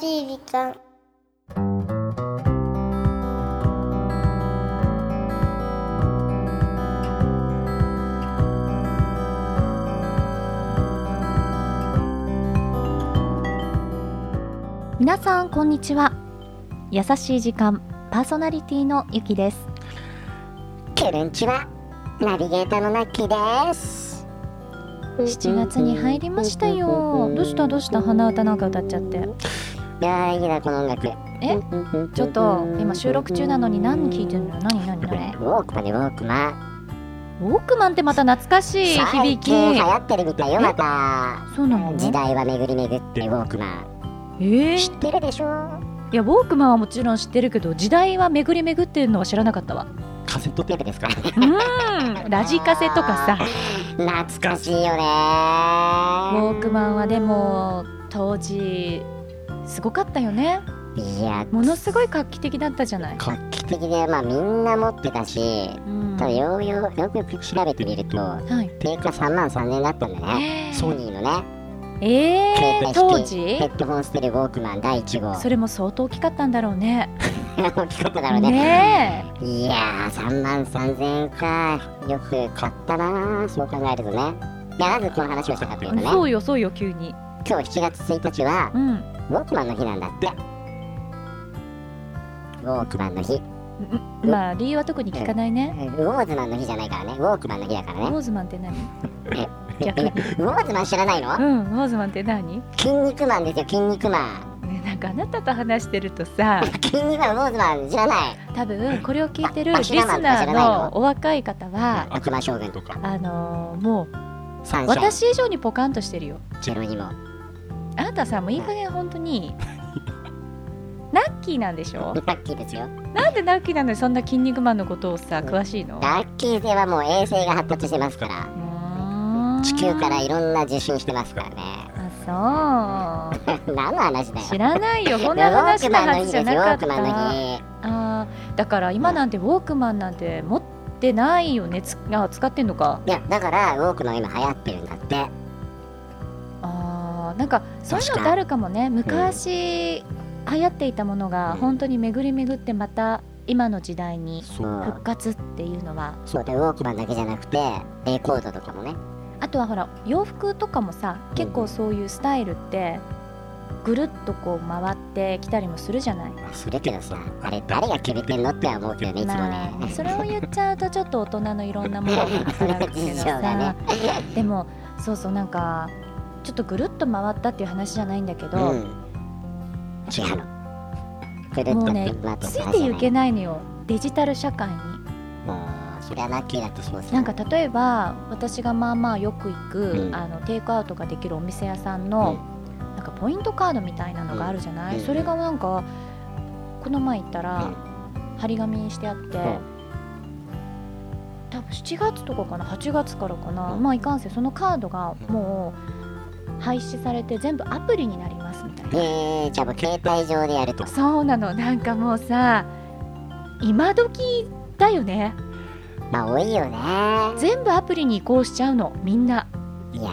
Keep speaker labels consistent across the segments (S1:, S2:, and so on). S1: しい時間
S2: 皆さんこんにちは優しい時間パーソナリティのゆきです
S3: ケルンチはナビゲーターのナッキーです
S2: 7月に入りましたよどうしたどうした鼻歌なんか歌っちゃって
S3: いやーいいなこの音楽
S2: えちょっと今収録中なのに何聞いて
S3: る
S2: るの何何
S3: ウォ
S2: 何
S3: ークマンでウォークマン
S2: ウォークマンってまた懐かしい響き
S3: 最近流行ってるみたいよまた
S2: そうなの
S3: 時代は巡り巡ってウォークマン
S2: えー、
S3: 知ってるでしょ
S2: いやウォークマンはもちろん知ってるけど時代は巡り巡ってるのは知らなかったわ
S3: カセットテープですか
S2: うーんラジカセとかさ
S3: 懐かしいよね
S2: ウォークマンはでも当時すごかったよね
S3: いや
S2: ものすごい画期的だったじゃない、
S3: 画期的でまあみんな持ってたし
S2: うん
S3: ただようようよくよく調べてみると
S2: はい、
S3: 定価3万3000円だったんだねソニーのね
S2: え
S3: 携
S2: ー、
S3: 帯
S2: 当
S3: 式
S2: 時
S3: ヘッドホンステレオウォークマン第1号
S2: それも相当大きかったんだろうね。
S3: 大きかっただろうね
S2: ね
S3: いやー3万3000円かよく買ったなーそう考えるとねいやなぜこの話をしたかとい
S2: え
S3: うとね
S2: そ
S3: 今
S2: うよそうよ急に。
S3: 日7月1日は
S2: うん。
S3: ウォークマンの日なんだってウォークマンの日ウ
S2: まあ理由は特に聞かないね。
S3: ォーズマンの日じゃないからねウォークマンの日だか
S2: ウ
S3: ら
S2: ォ
S3: ね
S2: ーズマンって何？
S3: え
S2: 逆に。
S3: ウォーズマン知らないの
S2: うん、ウォーズマンって何？ね
S3: 筋肉マンですよ筋肉マン
S2: なんかあなたと話してるとさ、
S3: 筋肉マンウォーズマン知らない
S2: 多分これを聞いてる
S3: あ
S2: リス
S3: 知らない
S2: ナ
S3: 知
S2: ー
S3: らない
S2: の
S3: の
S2: お若い方は、
S3: 悪魔将軍とか
S2: あのーもう
S3: 三章
S2: 私以上にポカンとしてるよ。
S3: ジェロニモ
S2: あなたさもういい加減本当 に。ナッキーなんでしょ
S3: ラッキーですよ
S2: なんでナッキーなのにそんな「筋肉マン」のことをさ詳しいの
S3: ラッキーではもう衛星が発達してますから地球からいろんな受信してますからね。
S2: あそ
S3: 何の話だ
S2: う
S3: よ。
S2: 知らない よこんな話のはずじゃなかっ
S3: ウォークマンの
S2: た
S3: 日
S2: あーだから今なんてウォークマンなんて持ってないよねつあ使ってんのか
S3: ですよ。ウォークマンの日。いや、だからウォークマン今流行ってるんだって。
S2: あーなんかそういうの
S3: 確
S2: っ
S3: か
S2: てあるかもね昔、流行っていたものが
S3: うん
S2: 本当に巡り巡ってまた今の時代に
S3: そう
S2: 復。活っていうのは
S3: そうで、ウォークマンだけじゃなくて、レコードとかもね。
S2: あとはほら洋服とかもさ結構そういうスタイルってぐるっとこう回ってきたりもするじゃない
S3: まあするけどさ、あれ誰が決めてんのっては思うけどね、いつもね。
S2: まあ、それを言っちゃうとちょっと大人のいろんなものが重なるけど
S3: 事情が
S2: さ、
S3: ね
S2: でもそうそうなんかちょっとぐるっと回ったっていう話じゃないんだけ
S3: う
S2: ど、
S3: ん。違うの。くるっと
S2: もうね
S3: まあ
S2: ついていけ
S3: ない。
S2: ないのよデジタル社会に。
S3: もう、それはラッキーだってそうです
S2: な
S3: よ
S2: んか例えば私がまあまあよく行く、
S3: うん
S2: あのテイクアウトができるお店屋さんの、なんかポイントカードみたいなのがあるじゃない、
S3: うん
S2: それがなんかこの前行ったら、張り紙にしてあって、
S3: ん
S2: 多分7月とかかな8月からかな、
S3: うん
S2: まあいかんせんそのカードが
S3: うん
S2: もう廃止されて全部アプリになりますみたいな、
S3: えー、じゃあもう携帯上でやると。
S2: そうなのなんかもうさ今時だよね
S3: まあ、多いよね。
S2: 全部アプリに移行しちゃうのみんない
S3: や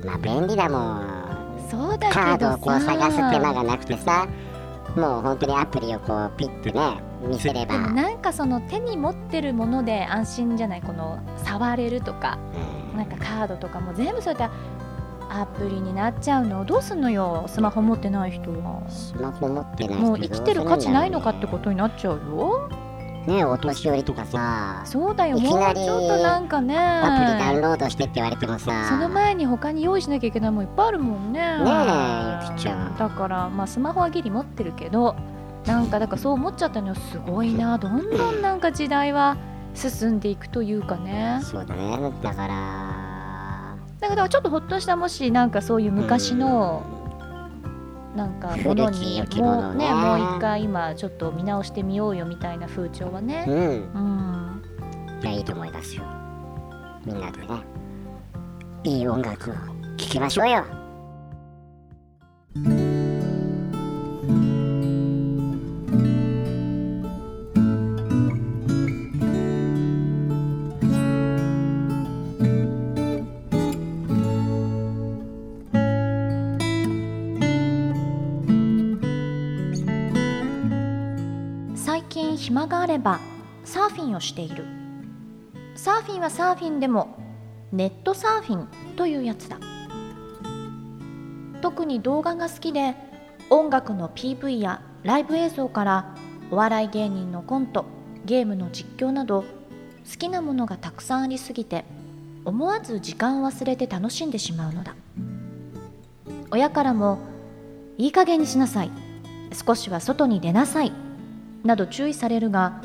S3: ー、まあ便利だもん。
S2: そうだけど
S3: カ
S2: さ
S3: ードをこう探す手間がなくてさ、もう本当にアプリをこうピッてね、見せれば、
S2: でも
S3: うん
S2: なんかその手に持ってるもので安心じゃないこの触れるとかなんかカードとかも全部そういったアプリになっちゃうのどうすんのよスマホ持ってない人は
S3: スマホ持ってない人
S2: もう生きてる価値ないのかってこととになっちゃうよ
S3: ね、お年寄りとかさ、
S2: そうだよ
S3: い
S2: も
S3: き
S2: う
S3: なり
S2: ちょっとなんか
S3: アプリダウ
S2: ね
S3: ンロードしてって言われてもさ、
S2: その前に他に用意しなきゃいけないもんいっぱいあるもんね
S3: ねえゆきちゃん
S2: だからまあスマホはギリ持ってるけどなんかだからそう思っちゃったのよすごいなどんどんなんか時代は進んでいくというかね
S3: そうだね、だから、
S2: だからちょっとほっとしたもしなんかそういう昔のなんかもの
S3: 古き
S2: に
S3: 良きも
S2: も
S3: の
S2: う
S3: ね
S2: ねもう一回今ちょっと見直してみようよみたいな風潮は
S3: う
S2: ね
S3: ん、
S2: うん
S3: いや、いいと思いますよ。みんなでね、いい音楽を聴きましょうよ。
S2: 「暇があればサーフィンをしているサーフィンはサーフィンでもネットサーフィンというやつだ特に動画が好きで音楽の PV やライブ映像からお笑い芸人のコントゲームの実況など好きなものがたくさんありすぎて思わず時間を忘れて楽しんでしまうのだ親からも「いい加減にしなさい」「少しは外に出なさい」など注意されるが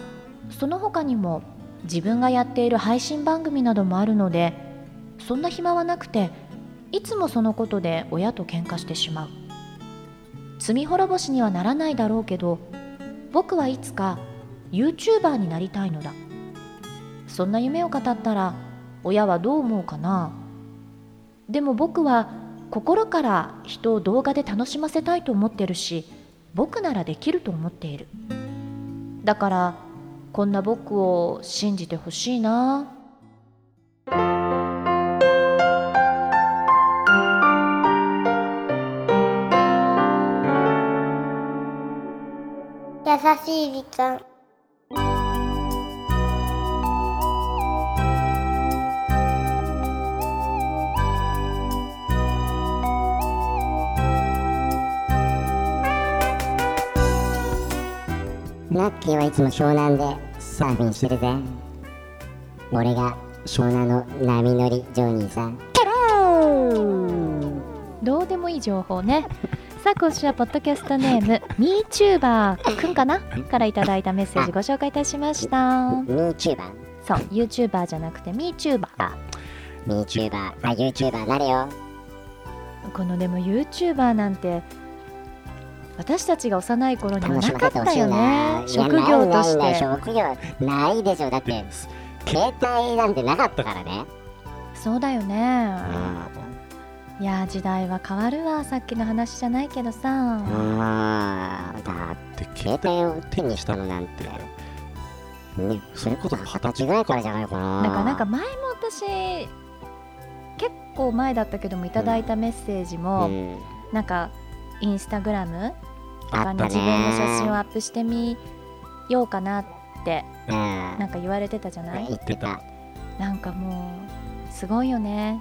S2: その他にも自分がやっている配信番組などもあるのでそんな暇はなくていつもそのことで親と喧嘩してしまう罪滅ぼしにはならないだろうけど僕はいつか YouTuber になりたいのだそんな夢を語ったら親はどう思うかなでも僕は心から人を動画で楽しませたいと思ってるし僕ならできると思っているだからこんな僕を信じてほしいな
S1: 優しい時間
S3: ラッキーはいつも湘南でサーフィンしてるぜ俺が湘南の波乗りジョニーさんケロー
S2: どうでもいい情報ねさあ今週はポッドキャストネー ム MeTuber くんかなからいただいたメッセージご紹介いたしました
S3: ミーチューバー
S2: そう YouTuber じゃなくて MeTuber
S3: ミーチューバーあ YouTuber なれよ
S2: このでも YouTuber なんて私たちが幼い頃には
S3: 楽し
S2: な
S3: ま
S2: か
S3: せ
S2: って
S3: ほ
S2: た
S3: しい
S2: よ
S3: な
S2: ね
S3: いや
S2: 職業とし
S3: ないない
S2: て
S3: 職業ないでしょだって携帯なんてなかったからね
S2: そうだよね
S3: う
S2: いや時代は変わるわさっきの話じゃないけどさ
S3: んだって携帯を手にしたのなんてねそれこそ二十歳ぐらいからじゃないかな
S2: だからなんか前も私結構前だったけどもいただいたメッセージも、
S3: うん
S2: なんかインスタグラムと
S3: あ
S2: か
S3: っ
S2: に
S3: た
S2: 自分の写真を
S3: ね
S2: アップしてみようかなって
S3: うん
S2: なんか言われてたじゃない
S3: 言ってた
S2: なんかもうすごいよね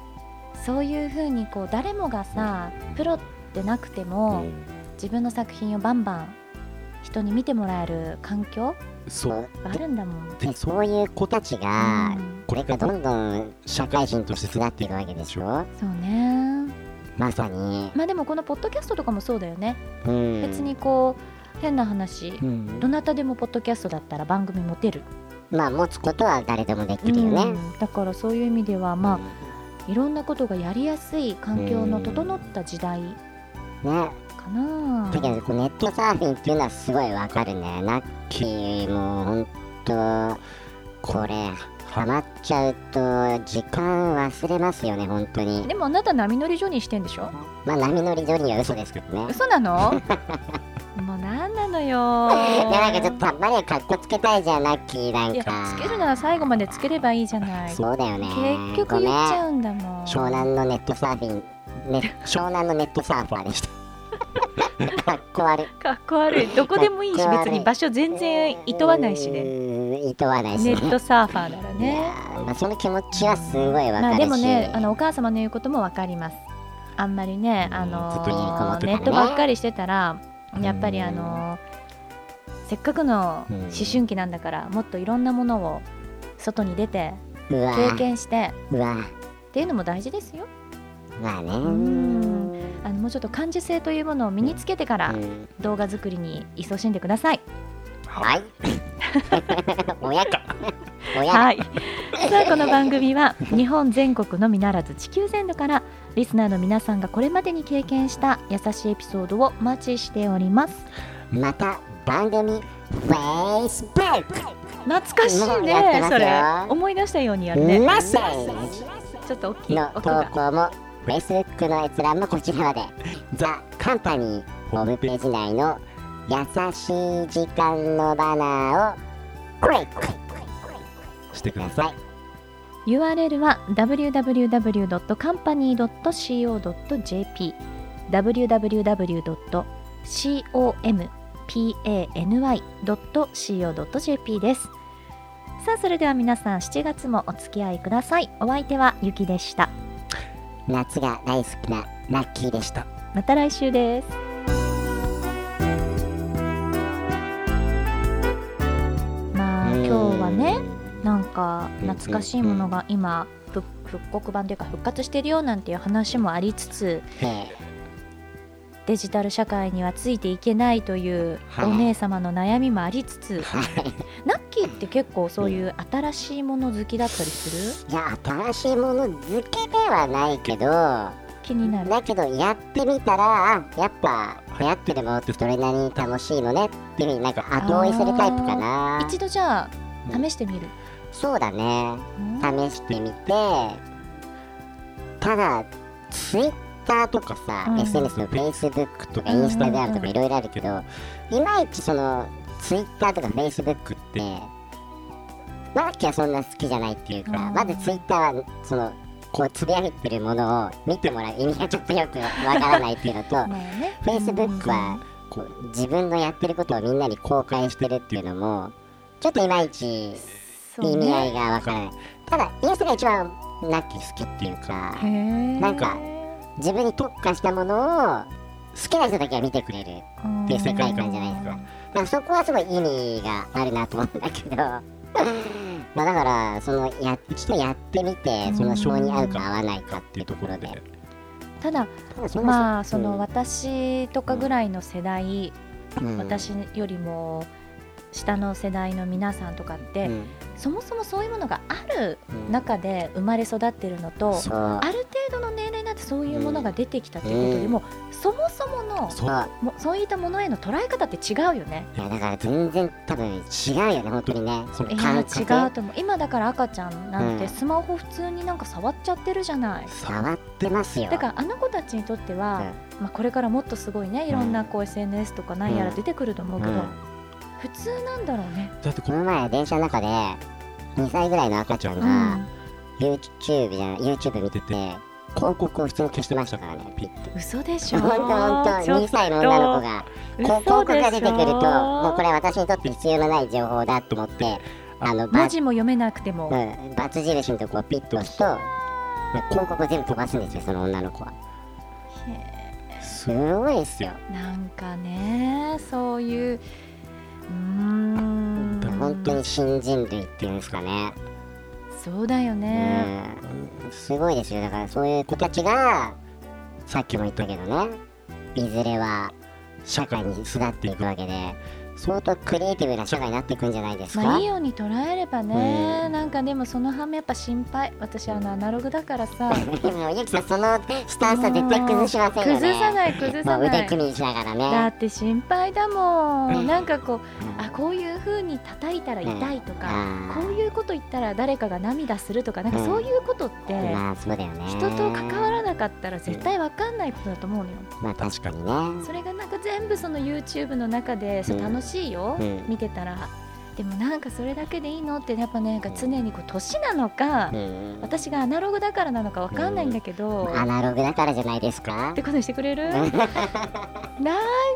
S2: そういう風にこう誰もがさプロでなくても
S3: うん
S2: 自分の作品をバンバン人に見てもらえる環境
S4: そう
S2: があるんだもん。
S4: で
S3: そういう子たちが
S2: うん
S4: こ
S3: こ
S4: れ
S3: れ
S4: か
S3: から
S4: ら
S3: どんどん社会人として育っていくわけでしょ
S2: そうね
S3: まさに
S2: まあでもこのポッドキャストとかもそうだよね、
S3: うん
S2: 別にこう変な話、
S3: うん
S2: どなたでもポッドキャストだったら番組持てる
S3: まあ持つことは誰でもできるよ
S2: う
S3: ね
S2: んだからそういう意味ではまあいろんなことがやりやすい環境の整った時代
S3: ね
S2: かな、
S3: だけどこうネットサーフィンっていうのはすごいわかるねラッキーも本当これハマっちゃうと時間忘れますよね本当に
S2: でもあなた波乗り所にしてんでしょ
S3: まあ波乗りジョニーは嘘ですけどね
S2: 嘘な のもうなんなのよ
S3: いやなんかちょっとたまにはかっこつけたいじゃんラッキーなん
S2: いや
S3: か
S2: つけるなら最後までつければいいじゃない結
S3: そうだよね
S2: 局
S3: ごめ
S2: 言っち
S3: ん
S2: ゃうんだもん
S3: 湘南のネットサーフィン、ね、湘南のネットサーファーでした。かっこ悪い。
S2: かっこ悪いどこでもいいし
S3: かっこ悪
S2: 別
S3: い
S2: に場所 全然いとわないし
S3: う
S2: ね
S3: ーん。いとわないし
S2: ネ
S3: ね。
S2: ットサーファーなら
S3: いや
S2: ね
S3: ーまあ、その気持ちはすごいわかるし。
S2: まあでもねあのお母様の言うこともわかりますあんまりねあの
S3: ずっと家にこもってて
S2: ネ
S3: も
S2: ッ
S3: ね
S2: トばっかりしてたらやっぱりあのせっかくの
S3: うん
S2: 思春期なんだからもっといろんなものを外に出て
S3: うわ
S2: 経験して
S3: うわ
S2: っていうのも大事ですよ
S3: まあね。
S2: んあのもうちょっと感受性というものを身につけてから
S3: うん
S2: 動画作りに勤しんでください
S3: はい。 親 か。親
S2: はい、
S3: か。
S2: さあこの番組は日本全国のみならず地球全土からリスナーの皆さんがこれまでに経験した優しいエピソードをお待ちしております
S3: また番組 Facebook
S2: 懐かしい
S3: やって
S2: ね
S3: ます
S2: そ
S3: よ
S2: れ思い出したようにやるね
S3: メッセージ
S2: ちょっと大きい
S3: の
S2: 音
S3: 投
S2: が
S3: 稿も Facebook の閲覧もこちらまで The Company ホームページ内の優しい時間のバナーをクリック
S4: して
S3: く
S4: く
S3: だ
S4: だ
S3: さ
S4: さ
S3: い
S2: URL は www.company.co.jp www.company.co.jp pany.co.jp ですさあそれでは皆さん7月もお付き合いくださいお相手はゆきでした
S3: 夏が大好きなラッキーでした
S2: また来週ですまあ
S3: うん
S2: 今日はねなんか懐かしいものが今復復刻版というか復活してるよなんていう話もありつつ
S3: ええ
S2: デジタル社会にはついていけないという
S3: はい
S2: お姉様の悩みもありつつ
S3: はい
S2: ナッキーって結構そういう新しいもの好きだったりする
S3: いや新しいもの付けではないけど
S2: 気になる
S3: だけどやってみたらあやっぱ流行ってるものってそれなりに楽しいのねっていうふうになんか後追いするタイプかな
S2: 一度じゃあ
S3: うん
S2: 試してみる、
S3: そうだね
S2: うん
S3: 試してみてただツイッターとかさ、
S2: うん
S3: SNS の Facebook とか
S2: うんうんうん
S3: Instagram とかいろいろあるけど、いまいちそのツイッターとか Facebook ってマーキはそんな好きじゃないっていうか、
S2: うん
S3: まずツイッターはそのこうつぶやいてるものを見てもらう意味がちょっとよくわからないっていうのと
S2: まあね
S3: Facebook はこう自分のやってることをみんなに公開してるっていうのもちょっといまいち
S2: そう
S3: 意
S2: ね
S3: 味合いがわからない、ただインスタが一番ナッキー好きっていうか
S2: へえ
S3: なんか自分に特化したものを好きな人だけが見てくれるっていう世界観じゃないですかだからそこはすごい意味があるなと思うんだけど まあだからそのや一度やってみてその性に合うか合わないかっていうところで
S2: ただ
S3: ただそんな
S2: まあその
S3: うん
S2: 私とかぐらいの世代、
S3: うん
S2: 私よりも下の世代の皆さんとかって、
S3: うん
S2: そもそもそういうものがある
S3: うん
S2: 中で生まれ育ってるのと、
S3: そう
S2: ある程度の年齢になってそういうものが出てきたってことよりも、そもそもの
S3: そう
S2: もそういったものへの捉え方って違うよね。
S3: いやだから全然多分違うよね本当にねそ
S2: いや
S3: の感
S2: 違う
S3: 覚
S2: と思う今だから赤ちゃんなん
S3: う
S2: て
S3: ん
S2: スマホ普通になんか触っちゃってるじゃない。
S3: 触ってますよ
S2: だからあの子たちにとっては、まあ、これからもっとすごいねいろんなこう SNS とかなんやら出てくると思うけど、
S3: うん
S2: 普通なんだろうね。
S1: だってこ
S3: こ
S1: の
S3: の前電車の中で2歳ぐらいの赤ちゃん
S2: う
S3: が
S2: ん
S3: YouTube じゃない YouTube 見てて広告を普通に消してましたからねピッて
S2: 嘘でしょ
S3: ほんとほんと
S2: ちょっ
S3: 2歳の女の子が広告が出てくるともうこれ私にとって必要のない情報だと思ってあの
S2: 文
S3: バツ,、
S2: 字も読めなくても、
S3: うん、バツ印のとこをピッと押すと広告を全部飛ばすんですよその女の子は
S2: へ
S3: すごいですよ
S2: えなんかねそういううーん
S3: 本当に新人類っていうんですかね
S2: そうだよね、
S3: うんすごいですよだからそういう子たちがさっきも言ったけどねいずれは社会に巣立っていくわけで相当クリエイティブな社会になっていくんじゃないですか、
S2: まあいいように捉えればね、
S3: うん
S2: なんかでもその反面やっぱ心配私あのアナログだからさ
S3: でもゆきさんそのスタンスは絶対崩しませんよね
S2: 崩さない崩さ
S3: も
S2: な
S3: う腕
S2: い
S3: 組みしながら
S2: だ
S3: ね
S2: って心配だもんなんかこう
S3: うん
S2: あこういう風に叩いたら痛いとか、
S3: あ
S2: こういうこと言ったら誰かが涙するとかなんかそういうことって、
S3: ーまあそうだよね
S2: 人と関わらなかったら絶対わかんないことだと思うのよ。
S3: まあ確かにね
S2: それがなんか全部その YouTube の中で、そう
S3: うん
S2: 楽しいよ、
S3: うん
S2: 見てたらでもなんかそれだけでいいのってやっぱねなんか常にこう年なのか、
S3: うん
S2: 私がアナログだからなのかわかんないんだけど、
S3: アナログだからじゃないですか
S2: ってことにしてくれるなん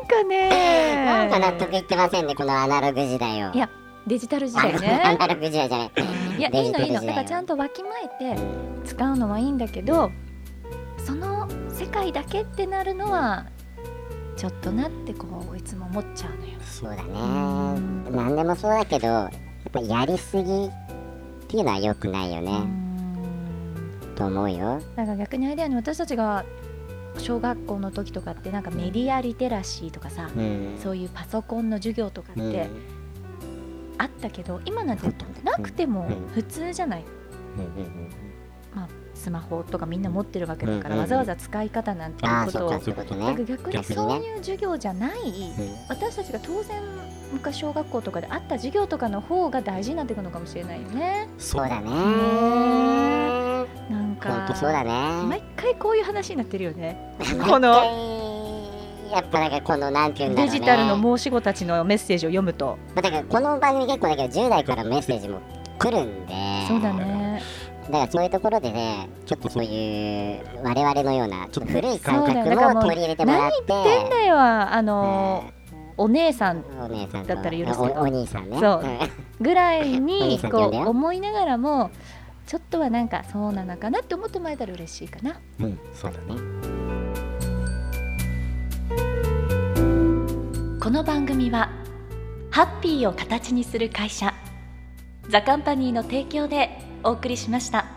S2: かね
S3: なんか納得いってませんねこのアナログ時代を
S2: いやデジタル時代
S3: ア
S2: ね
S3: ナログ時代じゃない
S2: いや
S3: デ
S2: いい
S3: ジタ
S2: の
S3: ル
S2: いいの
S3: 時代
S2: だからちゃんとわきまえて使うのはいいんだけどその世界だけってなるのはちょっとなってこういつも思っちゃうのよ。
S3: そうだね
S2: ん
S3: 何でもそうだけどやっぱやりすぎっていうのは良くないよ
S2: う
S3: ね、
S2: ん
S3: と思うよ
S2: なんか逆にあれだよね私たちが小学校の時とかってなんかメディアリテラシーとかさ、
S3: うん
S2: そういうパソコンの授業とかっ
S3: うん
S2: てあったけど、今なんてなくても普通じゃない、
S3: うん
S2: スマホとかみんな持ってるわけだから、
S3: うん
S2: わざわざ使い方なんてい
S3: あ
S2: う
S3: あ
S2: こ
S3: そ
S2: と
S3: っ
S2: を
S3: かそういうこと
S2: なん
S3: ね
S2: か逆に
S3: 逆にね
S2: そういう授業じゃない、
S3: うん
S2: 私たちが当然昔小学校とかであった授業とかの方が大事になってくるのかもしれないよね
S3: そうだね
S2: なんか
S3: 本当そうだね
S2: 毎回こういう話になってるよね
S3: このやっぱなんかこのなんていうんだろ
S2: デ
S3: うね
S2: ジタルの申し子たちのメッセージを読むと、
S3: まあだからこの番組結構だけど10代からメッセージも来るんで
S2: そうだね
S3: だからそういうところでねちょっとそういう我々のようなちょっと古い感
S2: そうだよだから
S3: 覚
S2: もう
S3: も取り入れてもらって
S2: 現代はあの
S3: ね
S2: お姉さん
S3: お姉さんと
S2: だったら許すけど
S3: おお兄さんね
S2: そう
S3: ん
S2: ぐらい
S3: お
S2: に
S3: 兄さんって
S2: こ
S3: 呼ん
S2: う
S3: だよ
S2: 思いながらもちょっとはなんかそうなのかなって思ってもらえたら嬉しいかな。
S3: うんそうだね
S2: この番組はハッピーを形にする会社ザカンパニーの提供でお送りしました。